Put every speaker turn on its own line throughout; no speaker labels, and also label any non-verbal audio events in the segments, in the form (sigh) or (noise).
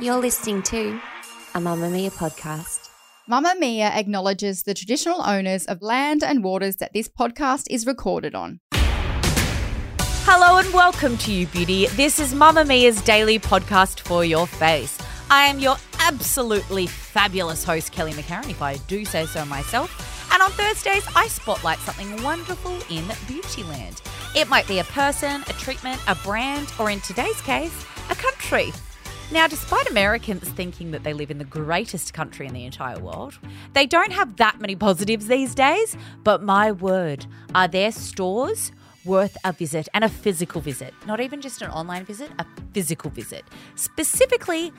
You're listening to a Mamma Mia podcast.
Mamma Mia acknowledges the traditional owners of land and waters that this podcast is recorded on.
Hello and welcome to you, beauty. This is Mamma Mia's daily podcast for your face. I am your absolutely fabulous host, Kelly McCarran, if I do say so myself. And on Thursdays, I spotlight something wonderful in Beautyland. It might be a person, a treatment, a brand, or in today's case, a country. Now, despite Americans thinking that they live in the greatest country in the entire world, they don't have that many positives these days. But my word, are there stores worth a visit and a physical visit? Not even just an online visit, a physical visit. Specifically,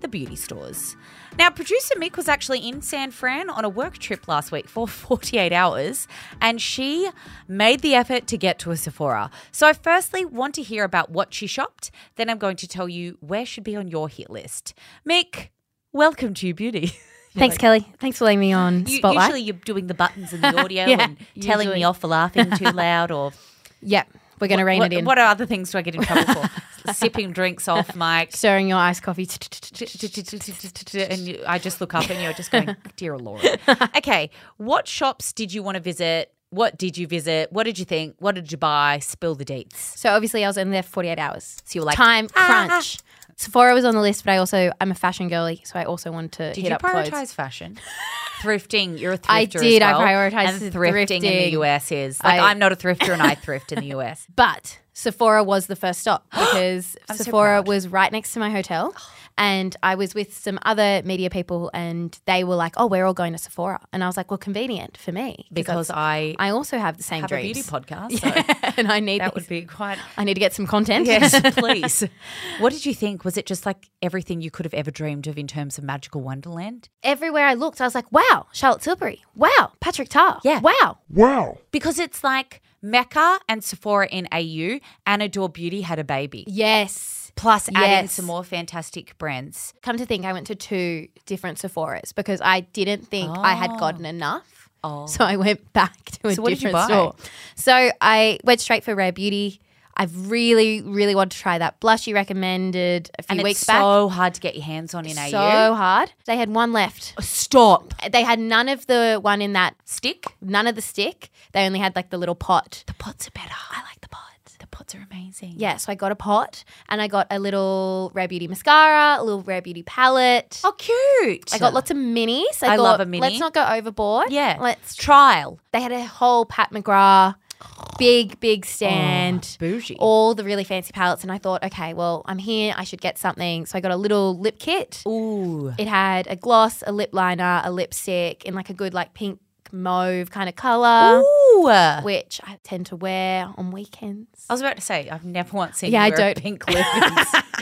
the beauty stores. Now, producer Mick was actually in San Fran on a work trip last week for (laughs) 48 hours, and she made the effort to get to a Sephora. So, I firstly want to hear about what she shopped, then I'm going to tell you where should be on your hit list. Mick, welcome to Beauty. (laughs)
Thanks, Kelly. Thanks for letting me on
You-
Spotlight.
Usually, you're doing the buttons
(laughs)
and the audio
Yeah,
and telling
usually.
me off for laughing too
(laughs)
loud or
yep, we're going to rein
what,
it in.
What other things do I get in trouble
(laughs)
for? Sipping drinks off mic.
Stirring your iced coffee. (laughs)
And you- I just look up and you're just going, (laughs) dear Lord. Okay, what shops did you want to visit? What did you visit? What did you think? What did you buy? Spill the dates.
So obviously, I was in there for 48 hours. So
you were like,
time
"Ah."
crunch. Sephora was on the list, but I also I'm a fashion girlie, so I also wanted to
Did
hit
you
up clothes.
prioritize fashion? (laughs) thrifting. You're a thrifter.
I
as
did, I
well,
prioritised
And thrifting, in the
thrifting.
US is like
I-
I'm not a thrifter and I thrift in the US.
But Sephora was the first
(gasps)
stop because
so
Sephora
proud. Oh.
was right next to my hotel. And I was with some other media people, and they were like, "Oh, we're all going to Sephora," and I was like, "Well, convenient for me
(laughs) Because
I,
I,
also have the same
have
dreams,
a beauty podcast. (laughs) So
Yeah, (laughs) and I need
that
that
would be quite
I need to get some
(laughs)
content. (laughs)
Yes, (laughs) please. what did you think? Was it just like everything you could have ever dreamed of in terms of magical wonderland?
Everywhere I looked, I was like, "Wow, Charlotte Tilbury! Wow, Patrick Tarr!
Yeah.
wow,
Because it's like Mecca and Sephora in AU and Adore Beauty had a baby.
yes."
Plus adding
Yes.
some more fantastic brands.
Come to think, I went to two different Sephoras because I didn't think I had gotten enough.
Oh.
So I went back to a
So what did you
different
buy?
store. So I went straight for Rare Beauty. I really, really wanted to try that blush you recommended a few
And
weeks
it's
back.
so hard to get your hands on in
so
AU.
hard. They had one left.
Uh, Stop.
They had none of the one in that,
Stick.
none of the stick. They only had like the little pot.
The pots are better. I like the pots. The pots are amazing.
Yeah, so I got a pot and I got a little Rare Beauty mascara, a little Rare Beauty palette.
Oh, cute.
I got lots of minis.
I love
thought,
a mini.
Let's not go overboard.
Yeah.
Let's
trial.
They had a whole Pat McGrath big,
Oh,
big stand.
bougie.
All the really fancy palettes. And I thought, okay, well, I'm here. I should get something. So I got a little lip kit.
Ooh.
It had a gloss, a lip liner, a lipstick, and like a good, like pink mauve kind of color,
Ooh.
which I tend to wear on weekends.
I was about to say, I've never once seen
Yeah,
you
I
wear a
don't-
pink
(laughs)
lip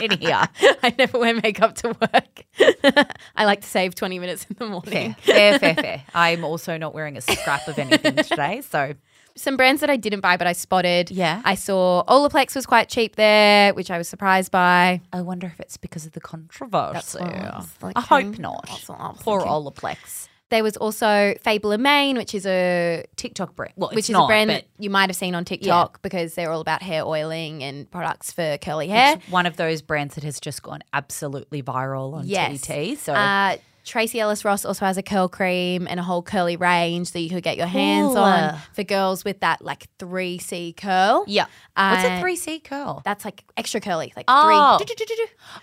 in, in here.
I never wear makeup to work. (laughs) I like to save 20 minutes in the morning.
Fair, fair, fair, fair. I'm also not wearing a scrap of
(laughs)
anything today. So
some brands that I didn't buy but I spotted.
Yeah.
I saw Olaplex was quite cheap there, which I was surprised by.
I wonder if it's because of the controversy.
what I was
I
thinking.
hope not.
That's what I was
Poor
thinking.
Olaplex.
There was also Fable and Maine, which is a
TikTok brand. Well,
which
it's
is
not,
a brand
but
that you might have seen on TikTok because they're all about hair oiling and products for curly hair.
it's one of those brands that has just gone absolutely viral on
Yes.
TT. So
Uh, Tracy Ellis Ross also has a curl cream and a whole curly range that you could get your hands
Cool.
on for girls with that like three C curl.
yeah, what's
uh,
a three C curl?
That's like extra curly, like
Oh.
three.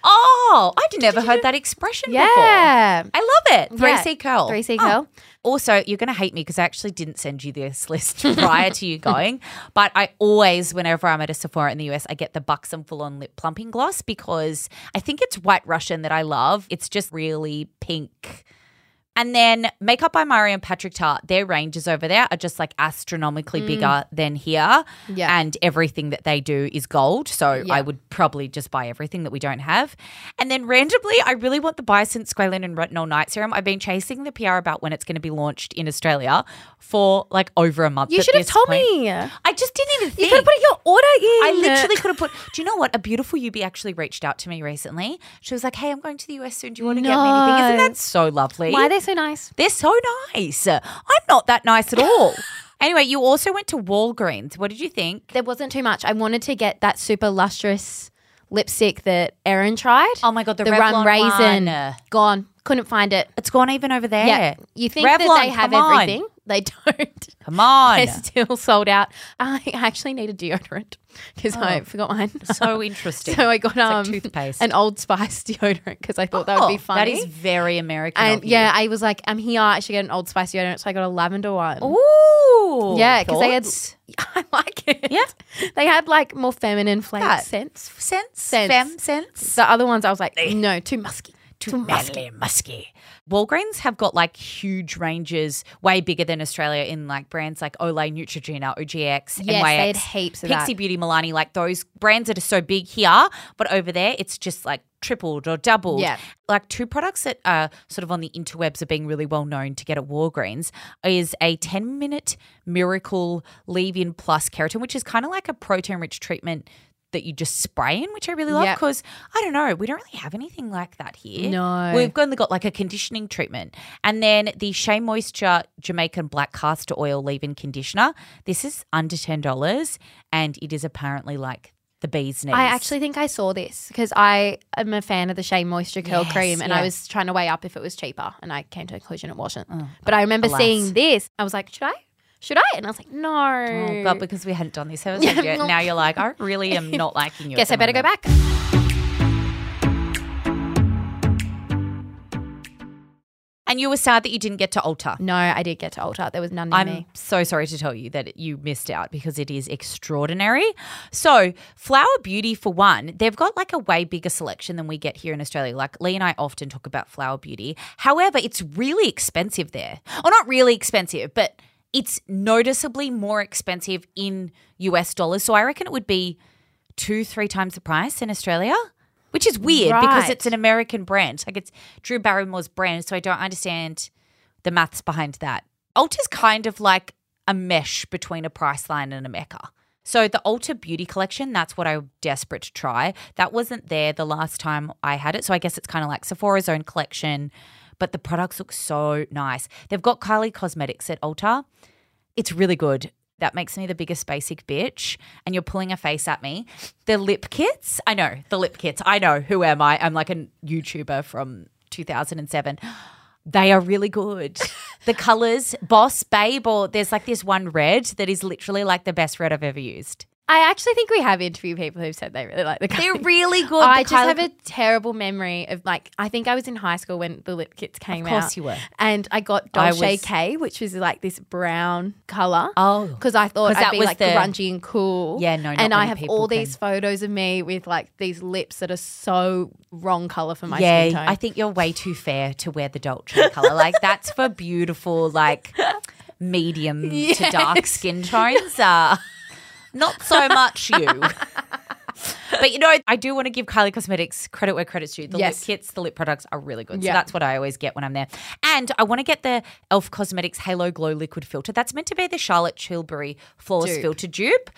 Oh, I'd never heard that expression before.
Yeah.
I love it. Three
Yeah.
C curl.
3C
Oh.
curl.
Also, you're going to hate me because I actually didn't send you this (laughs) list prior to you going. But I always, whenever I'm at a Sephora in the US, I get the Buxom Full On Lip Plumping Gloss because I think it's White Russian that I love. It's just really pink. And then Makeup by Mario and Patrick Tart, their ranges over there are just like
Mm.
astronomically bigger than here.
Yeah.
And everything that they do is gold. So I
Yeah.
would probably just buy everything that we don't have. And then randomly, I really want the Biosense Squalene and Retinol Night Serum. I've been chasing the PR about when it's going to be launched in Australia for like over a month.
You
at
should have
this
told
point.
me.
I just didn't even think.
You could have put your order in.
I literally could have put. Do you know what? A beautiful UB actually reached out to me recently. She was like, "Hey, I'm going to the US soon. Do you want to get me anything?" Isn't
No.
that so lovely?
Why are they so nice?
They're so nice. I'm not that nice at
(laughs)
all. anyway, you also went to Walgreens. What did you think?
There wasn't too much. I wanted to get that super lustrous lipstick that Erin tried.
Oh my God, the Revlon
rum raisin
one.
gone. Couldn't find it.
It's gone even over there.
Yeah, you think
Revlon,
that they have
come on.
everything? They don't.
Come on.
They're still sold out. I actually need a deodorant because I forgot mine.
Oh. so interesting.
So I got um,
like toothpaste.
an Old Spice (laughs) deodorant because I thought that would be
Oh,
funny.
That is very American.
and
of you.
yeah, I was like, I'm here. I should get an Old Spice deodorant. So I got a lavender one.
Ooh.
Yeah, because they had.
Thoughts?
(laughs) I like it.
Yeah.
they had like more feminine flavour
That.
scents.
sense,
Sense.
femme sense.
The other ones, I was like, no, too musky.
Too musky, musky. Walgreens have got like huge ranges, way bigger than Australia in like brands like Olay, Neutrogena, OGX,
Yes,
NYX,
they had heaps of
Pixie
that.
Beauty, Milani. Like those brands that are so big here, but over there it's just like tripled or doubled.
Yeah.
Like two products that are sort of on the interwebs are being really well known to get at Walgreens is a 10 minute miracle leave in plus keratin, which is kind of like a protein rich treatment that you just spray in, which I really love
Yep.
because I don't know, we don't really have anything like that here.
No.
We've only got like a conditioning treatment. And then the Shea Moisture Jamaican Black Castor Oil Leave In Conditioner. This is under $10 and it is apparently like the bee's knees.
I actually think I saw this because I am a fan of the Shea Moisture Curl
Yes,
Cream and
yeah.
I was trying to weigh up if it was cheaper and I came to the conclusion it wasn't. but I remember
Mm. alas.
seeing this. I was like, should I? Should I? And I was like, no.
Oh God, because we hadn't done this
(laughs)
episode yet. Now you're like, I really am not liking you.
Guess I better go back.
And you were sad that you didn't get to alter.
No, I did get to alter. There was none in
I'm
me.
so sorry to tell you that you missed out because it is extraordinary. So, Flower Beauty, for one, they've got like a way bigger selection than we get here in Australia. Like, Lee and I often talk about Flower Beauty. However, it's really expensive there. Or not really expensive, but it's noticeably more expensive in US dollars. So, I reckon it would be two, three times the price in Australia. Which is weird because
Right.
it's an American brand. Like it's Drew Barrymore's brand, so I don't understand the maths behind that. Ulta's kind of like a mesh between a Priceline and a Mecca. So the Ulta Beauty Collection, that's what I'm desperate to try. That wasn't there the last time I had it. So I guess it's kind of like Sephora's own collection, but the products look so nice. They've got Kylie Cosmetics at Ulta. It's really good. That makes me the biggest basic bitch. And you're pulling a face at me. The lip kits. I know, the lip kits. I know. Who am I? I'm like a YouTuber from 2007. They are really (laughs) good. The colors, Boss Babe, or there's like this one red that is literally like the best red I've ever used.
I actually think we have interviewed people who've said they really like the
They're
colour.
really good.
I
The
just
colour-
have a terrible memory of like I think I was in high school when the lip kits came out.
course you were.
And I got
I
Dolce
was-
K, which was like this brown color.
Oh.
because I thought
'Cause
I'd
that
be
was
like
the-
grungy and cool.
Yeah, no, not
and I
many
have
people
all
can.
these photos of me with like these lips that are so wrong color for my
yeah,
skin tone.
I think you're way too fair to wear the Dolce color. Like that's for beautiful, like medium
(laughs)
to dark skin tones. Uh, not so much you.
(laughs)
but you know, I do want to give Kylie Cosmetics credit where credit's due. The
Yes.
lip kits, the lip products are really good.
Yeah.
So that's what I always get when I'm there. And I want to get the Elf Cosmetics Halo Glow Liquid Filter. That's meant to be the Charlotte Tilbury Flawless
Dupe.
Filter dupe.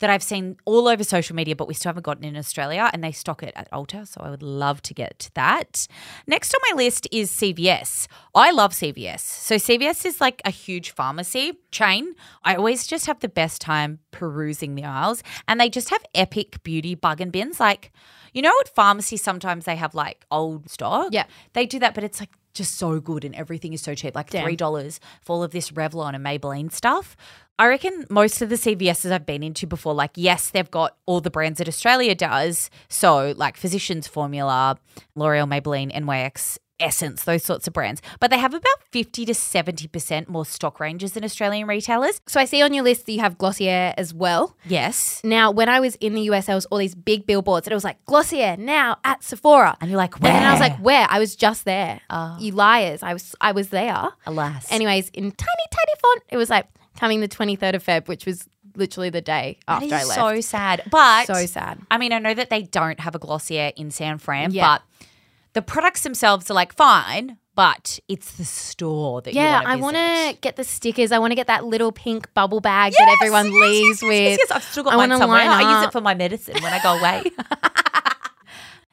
That I've seen all over social media, but we still haven't gotten in Australia, and they stock it at Ulta. So I would love to get that. Next on my list is CVS. I love CVS. So CVS is like a huge pharmacy chain. I always just have the best time perusing the aisles, and they just have epic beauty bug and bins. Like, you know, at pharmacies sometimes they have like old stock.
Yeah.
They do that, but it's like just so good and everything is so cheap, like three dollars for all of this Revlon and Maybelline stuff. I reckon most of the CVSs I've been into before, like yes, they've got all the brands that Australia does, so like Physicians Formula, L'Oreal, Maybelline, NYX, Essence, those sorts of brands. But they have about 50 to 70% more stock ranges than Australian retailers.
So I see on your list that you have Glossier as well.
Yes.
Now, when I was in the US, there was all these big billboards, and it was like Glossier now at Sephora.
And you're like,
And then I was like,
"Where?" Ah.
where? I was just there. You liars! I was I was there.
alas.
Anyways, in tiny tiny font, it was like coming the twenty third of Feb, which was literally the day
That
after I
is
left.
so sad. But
So sad.
I mean, I know that they don't have a Glossier in San Fran,
Yeah.
but the products themselves are like fine, but it's the store that
yeah, I
you
want
want
to get the stickers. I want to get that little pink bubble bag that everyone leaves with.
Yes, yes, I've still got
I
mine
wanna
somewhere.
line
I use
up.
it for my medicine when I go
(laughs)
away.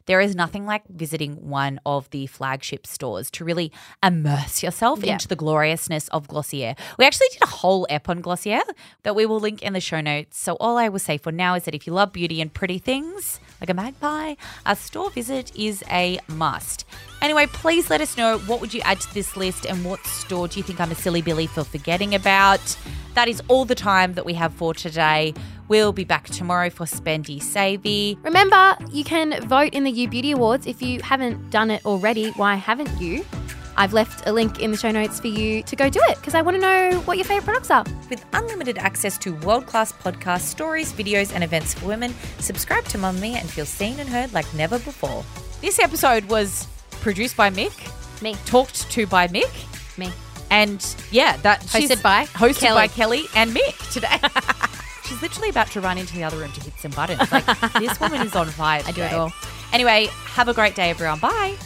there is nothing like visiting one of the flagship stores to really immerse yourself
Yeah.
into the gloriousness of Glossier. We actually did a whole ep on Glossier that we will link in the show notes. So all I will say for now is that if you love beauty and pretty things like a magpie, a store visit is a must. Anyway, please let us know what would you add to this list and what store do you think I'm a silly billy for forgetting about? That is all the time that we have for today. We'll be back tomorrow for Spendy Savey.
Remember, you can vote in the U Beauty Awards if you haven't done it already. Why haven't you? I've left a link in the show notes for you to go do it because I want to know what your favorite products are.
With unlimited access to world class podcasts, stories, videos, and events for women, subscribe to Mamma Mia and feel seen and heard like never before. This episode was produced by Mick,
Me,
talked to by Mick,
me.
and yeah, that hosted
by
hosted
Kelly.
by Kelly and Mick
(laughs)
today. She's literally about to run into the other room to hit some buttons. Like this woman is on fire.
(laughs) I do it
today.
all.
Anyway, have a great day, everyone. Bye.